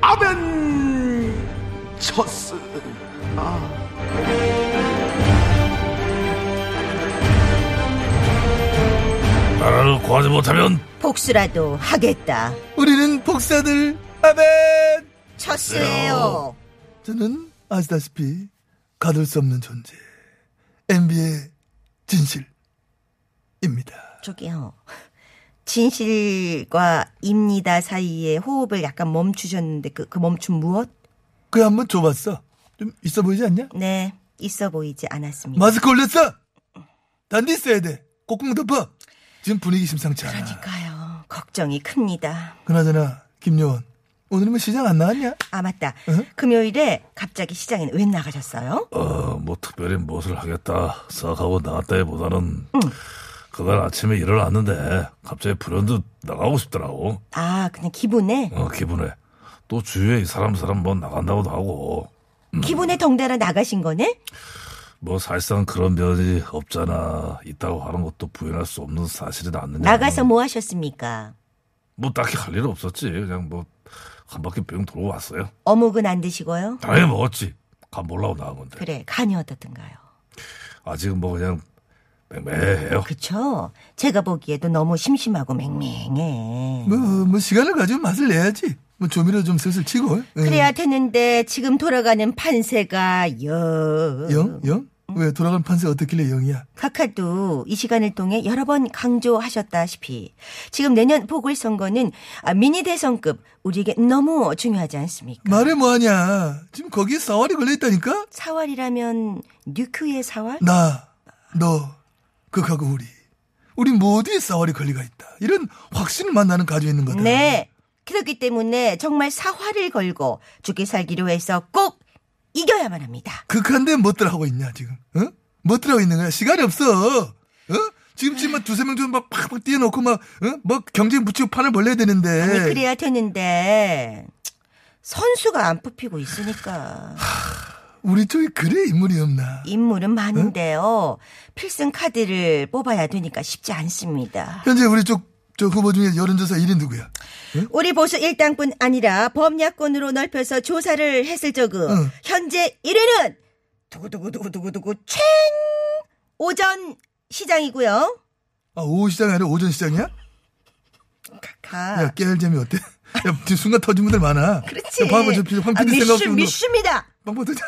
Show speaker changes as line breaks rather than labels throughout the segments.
아벤처스.
나라를 구하지 못하면
복수라도 하겠다.
우리는 복사들 아멘
쳤어요.
저는 아시다시피 가둘 수 없는 존재 MB의 진실입니다
저기요. 진실과 입니다 사이에 호흡을 약간 멈추셨는데 그, 그 멈춤 무엇?
그 한번 줘봤어 좀 있어 보이지 않냐?
네, 있어 보이지 않았습니다.
마스크 올렸어 단디 있어야 돼 꼭꼭 덮어 지금 분위기 심상치 않아
그러니까요. 걱정이 큽니다.
그나저나 김요원 오늘은 뭐 시장 안 나왔냐?
아 맞다.
응?
금요일에 갑자기 시장에 왜 나가셨어요?
어, 뭐 특별히 무엇을 하겠다 생각하고 나갔다기보다는 그날 아침에 일어났는데 갑자기 불현듯 나가고 싶더라고
아 그냥 기분에
어, 기분에 또 주위에 이 사람 사람 뭐 나간다고도 하고
기분에 덩달아 나가신 거네?
뭐 사실상 그런 면이 없잖아 있다고 하는 것도 부인할 수 없는 사실이다 않느냐
나가서 뭐 하셨습니까?
뭐 딱히 할 일은 없었지 그냥 뭐 한 바퀴 뺑 돌고 왔어요
어묵은 안 드시고요?
당연히 먹었지 간 몰라고 나간 건데
그래 간이 어떻든가요?
아직은 뭐 그냥 맹맹해요
그쵸? 제가 보기에도 너무 심심하고 맹맹해.
뭐, 뭐 시간을 가지고 맛을 내야지 뭐 조미료 좀 슬슬 치고
그래야 되는데 지금 돌아가는 판세가 영.
영? 영? 왜 돌아간 판세 어떻길래 영이야?
카카도 이 시간을 통해 여러 번 강조하셨다시피 지금 내년 보궐선거는 아, 미니 대선급 우리에게 너무 중요하지 않습니까?
말해 뭐하냐 지금 거기에 사활이 걸려있다니까?
사활이라면 뉴크의 사활?
나, 너, 극하고 우리. 우리 모두의 싸월이 권리가 있다. 이런 확신을 만나는 가지고 있는 거다.
네. 그렇기 때문에 정말 사활을 걸고 죽기 살기로 해서 꼭 이겨야만 합니다.
극한데 못들 하고 있냐, 지금. 어? 못들 하고 있는 거야. 시간이 없어. 어? 지금쯤 막 두세 명 정도 막 팍팍 뛰어놓고 막, 어? 뭐 경쟁 붙이고 판을 벌려야 되는데.
아니 그래야 되는데 선수가 안 뽑히고 있으니까.
우리 쪽에 그래 인물이 없나.
인물은 많은데요. 필승 카드를 뽑아야 되니까 쉽지 않습니다.
현재 우리 쪽, 저 후보 중에 여론조사 1위 누구야?
우리 보수 일당뿐 아니라 범야권으로 넓혀서 조사를 했을 적은
응.
현재 1위는 두구두구두구두구두구 챙 오전 시장이고요.
아, 오후 시장이 아니라 오전 시장이야?
카카.
야, 깨알 재미 어때? 야, 지금 순간 터진 분들 많아.
아. 그렇지.
야, 봐봐, 저, 저, 황
아,
PD 생각
미슈
정도.
미슈입니다.
빵빵 어. 터져.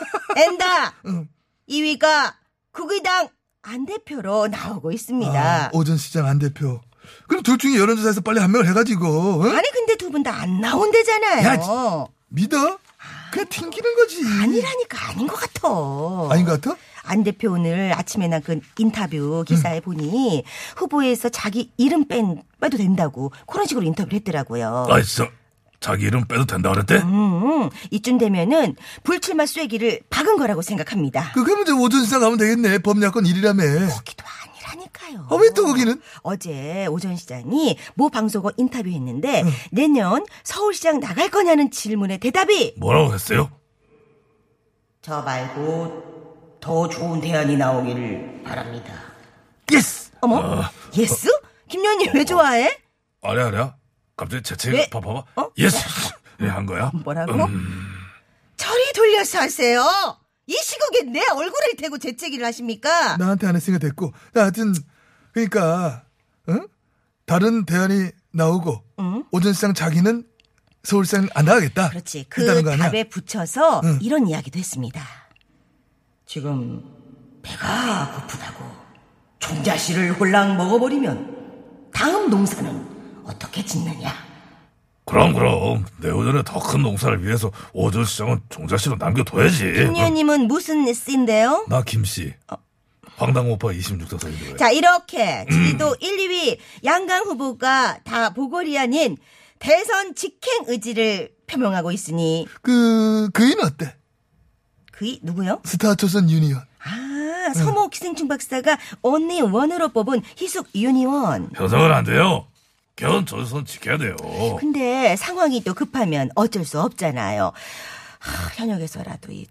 엔다.
응.
2위가 국의당 안 대표로 나오고 있습니다.
아, 오전 시장 안 대표. 그럼 둘 중에 여론조사에서 빨리 한 명을 해가지고 응?
아니 근데 두 분 다 안 나온대잖아요.
야, 지- 믿어? 그냥 튕기는 거지.
아니라니까 아닌 것 같아.
아닌 것 같아?
안 대표 오늘 아침에 난 그 인터뷰
음.
기사에 보니 후보에서 자기 이름 뺀 빼도 된다고 그런 식으로 인터뷰를 했더라고요.
아이 진짜 자기 이름 빼도 된다 그랬대?
음, 이쯤 되면은 불출마 쐐기를 박은 거라고 생각합니다.
그, 그럼 이제 오전 시장 가면 되겠네. 범야권 1위라며.
거기도 아니라니까요.
아, 왜또 거기는?
어제 오전 시장이 모 방송어 인터뷰했는데
음.
내년 서울시장 나갈 거냐는 질문에 대답이
뭐라고 했어요?
저 말고 더 좋은 대안이 나오기를 바랍니다.
예스!
어머,
아.
예스? 김연희 왜 좋아해?
아니야, 아니야. 갑자기
왜?
재채기 봐봐.
어? 아,
봐 예스! 예, 한 거야?
뭐라고? 저리 돌려서 하세요. 이 시국에 내 얼굴을 대고 재채기를 하십니까?
나한테 안 했으니까 됐고. 야, 하여튼, 그러니까, 응? 다른 대안이 나오고, 오전 시장 자기는 서울 시장 안 나가겠다.
그렇지.
했다는
그
거 아니야?
답에 붙여서
응.
이런 이야기도 했습니다. 지금 배가 고프다고 종자씨를 홀랑 먹어버리면 다음 농사는 어떻게 짓느냐?
그럼, 그럼. 내후년에 더 큰 농사를 위해서 오전 시장은 종자씨로 남겨둬야지.
김유님은 무슨 씨인데요?
나 김씨.
어.
황당 오빠 26세 선생님.
음. 자 이렇게 지지도 1, 2위 양강 후보가 다 보궐이 아닌 대선 직행 의지를 표명하고 있으니
그 그이는 어때?
그이 누구요?
스타 조선 유니온.
아, 서모 기생충 박사가 언니 원으로 뽑은 희숙 유니원.
현상은 안 돼요. 견 조선 지켜야 돼요.
근데 상황이 또 급하면 어쩔 수 없잖아요. 하, 현역에서라도 이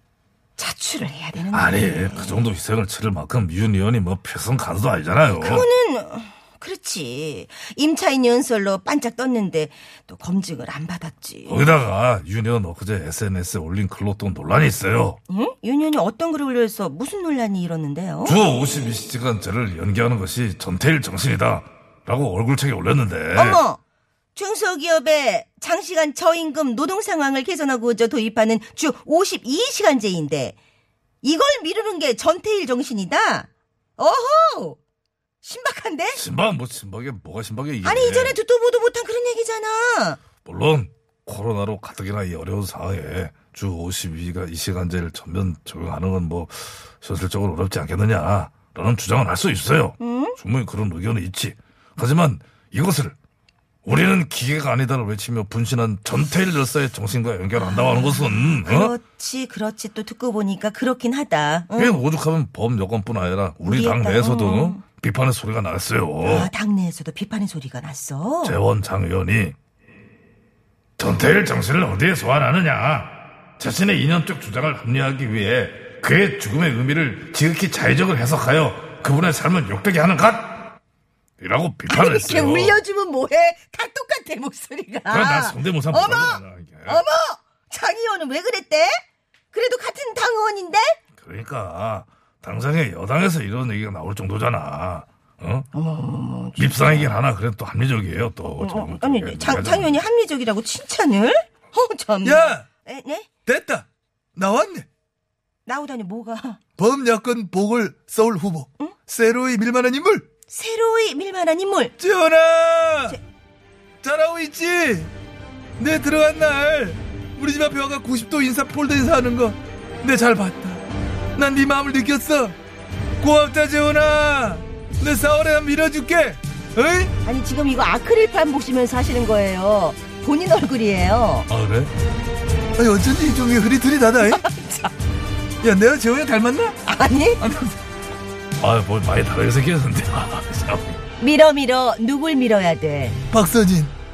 자출을 해야 되는데.
아니 그 정도 희생을 치를 만큼 윤 의원이 뭐 표성 간수도 아니잖아요.
그거는 그렇지. 임차인 연설로 반짝 떴는데 또 검증을 안 받았지.
어? 거기다가 윤 의원 엊그제 SNS에 올린 글로 또 논란이 있어요.
응? 유년이 어떤 글을 올려서 무슨 논란이 일었는데요?
주 52시간제를 연기하는 것이 전태일 정신이다. 라고 얼굴책에 올렸는데.
어머! 중소기업의 장시간 저임금 노동 상황을 개선하고자 도입하는 주 52시간제인데 이걸 미루는 게 전태일 정신이다. 어허! 신박한데?
신박, 뭐, 신박에, 뭐가 신박에 이게.
아니 이전에 듣도 보도 못한 그런
어?
얘기잖아.
물론, 코로나로 가뜩이나 이 어려운 상황에 주 52가 2시간제를 전면 적용하는 건 뭐, 현실적으로 어렵지 않겠느냐. 라는 주장은 할 수 있어요. 충분히 그런 의견은 있지. 하지만 이것을 우리는 기계가 아니다를 외치며 분신한 전태일 열사의 정신과 연결한다고 하는 것은, 어?
그렇지 그렇지 또 듣고 보니까 그렇긴 하다. 응?
그게 뭐? 오죽하면 범 여건뿐 아니라 우리
어. 우리의
당
땅,
내에서도
음.
비판의 소리가 났어요.
아, 당내에서도 비판의 소리가 났어.
재원 장 의원이 전태일 정신을 어디에 소환하느냐. 자신의 이념적 주장을 합리화하기 위해 그의 죽음의 의미를 지극히 자의적으로 해석하여 그분의 삶을 욕되게 하는 것! 이라고 비판을
이렇게
했어요.
울려주면 뭐해? 다 똑같아 목소리가.
그래, 나 성대모사
어머,
못하잖아, 이게.
어머, 장 의원은 왜 그랬대? 그래도 같은 당 의원인데?
그러니까 당장에 여당에서 이런 얘기가 나올 정도잖아. 어? 밉상이긴 하나 그래도 또 합리적이에요 또. 잘못
어, 아니
얘기하지
장,
말자.
장 의원이 합리적이라고 칭찬을? 어, 참.
야
에, 네?
됐다 나왔네.
나오다니 뭐가?
범여권 보궐 서울 후보 새로이 밀만한 인물
새로이 밀만한 인물.
지원아 잘하고 있지 내 들어간 날 우리 집 앞에 와가 90도 인사 폴더 인사하는 거 내 잘 봤다 난 네 마음을 느꼈어 고맙다 지원아 내 사월에 난 밀어줄게 어이?
아니 지금 이거 아크릴판 보시면서 하시는 거예요. 본인 얼굴이에요.
아 그래?
아니 어쩐지 이쪽이 흐릿흐릿하다 잉? 야 내가 재원이 닮았나?
아니
아뭘 많이 다르게 생겼는데. 아, 참.
밀어 밀어 누굴 밀어야 돼.
박서진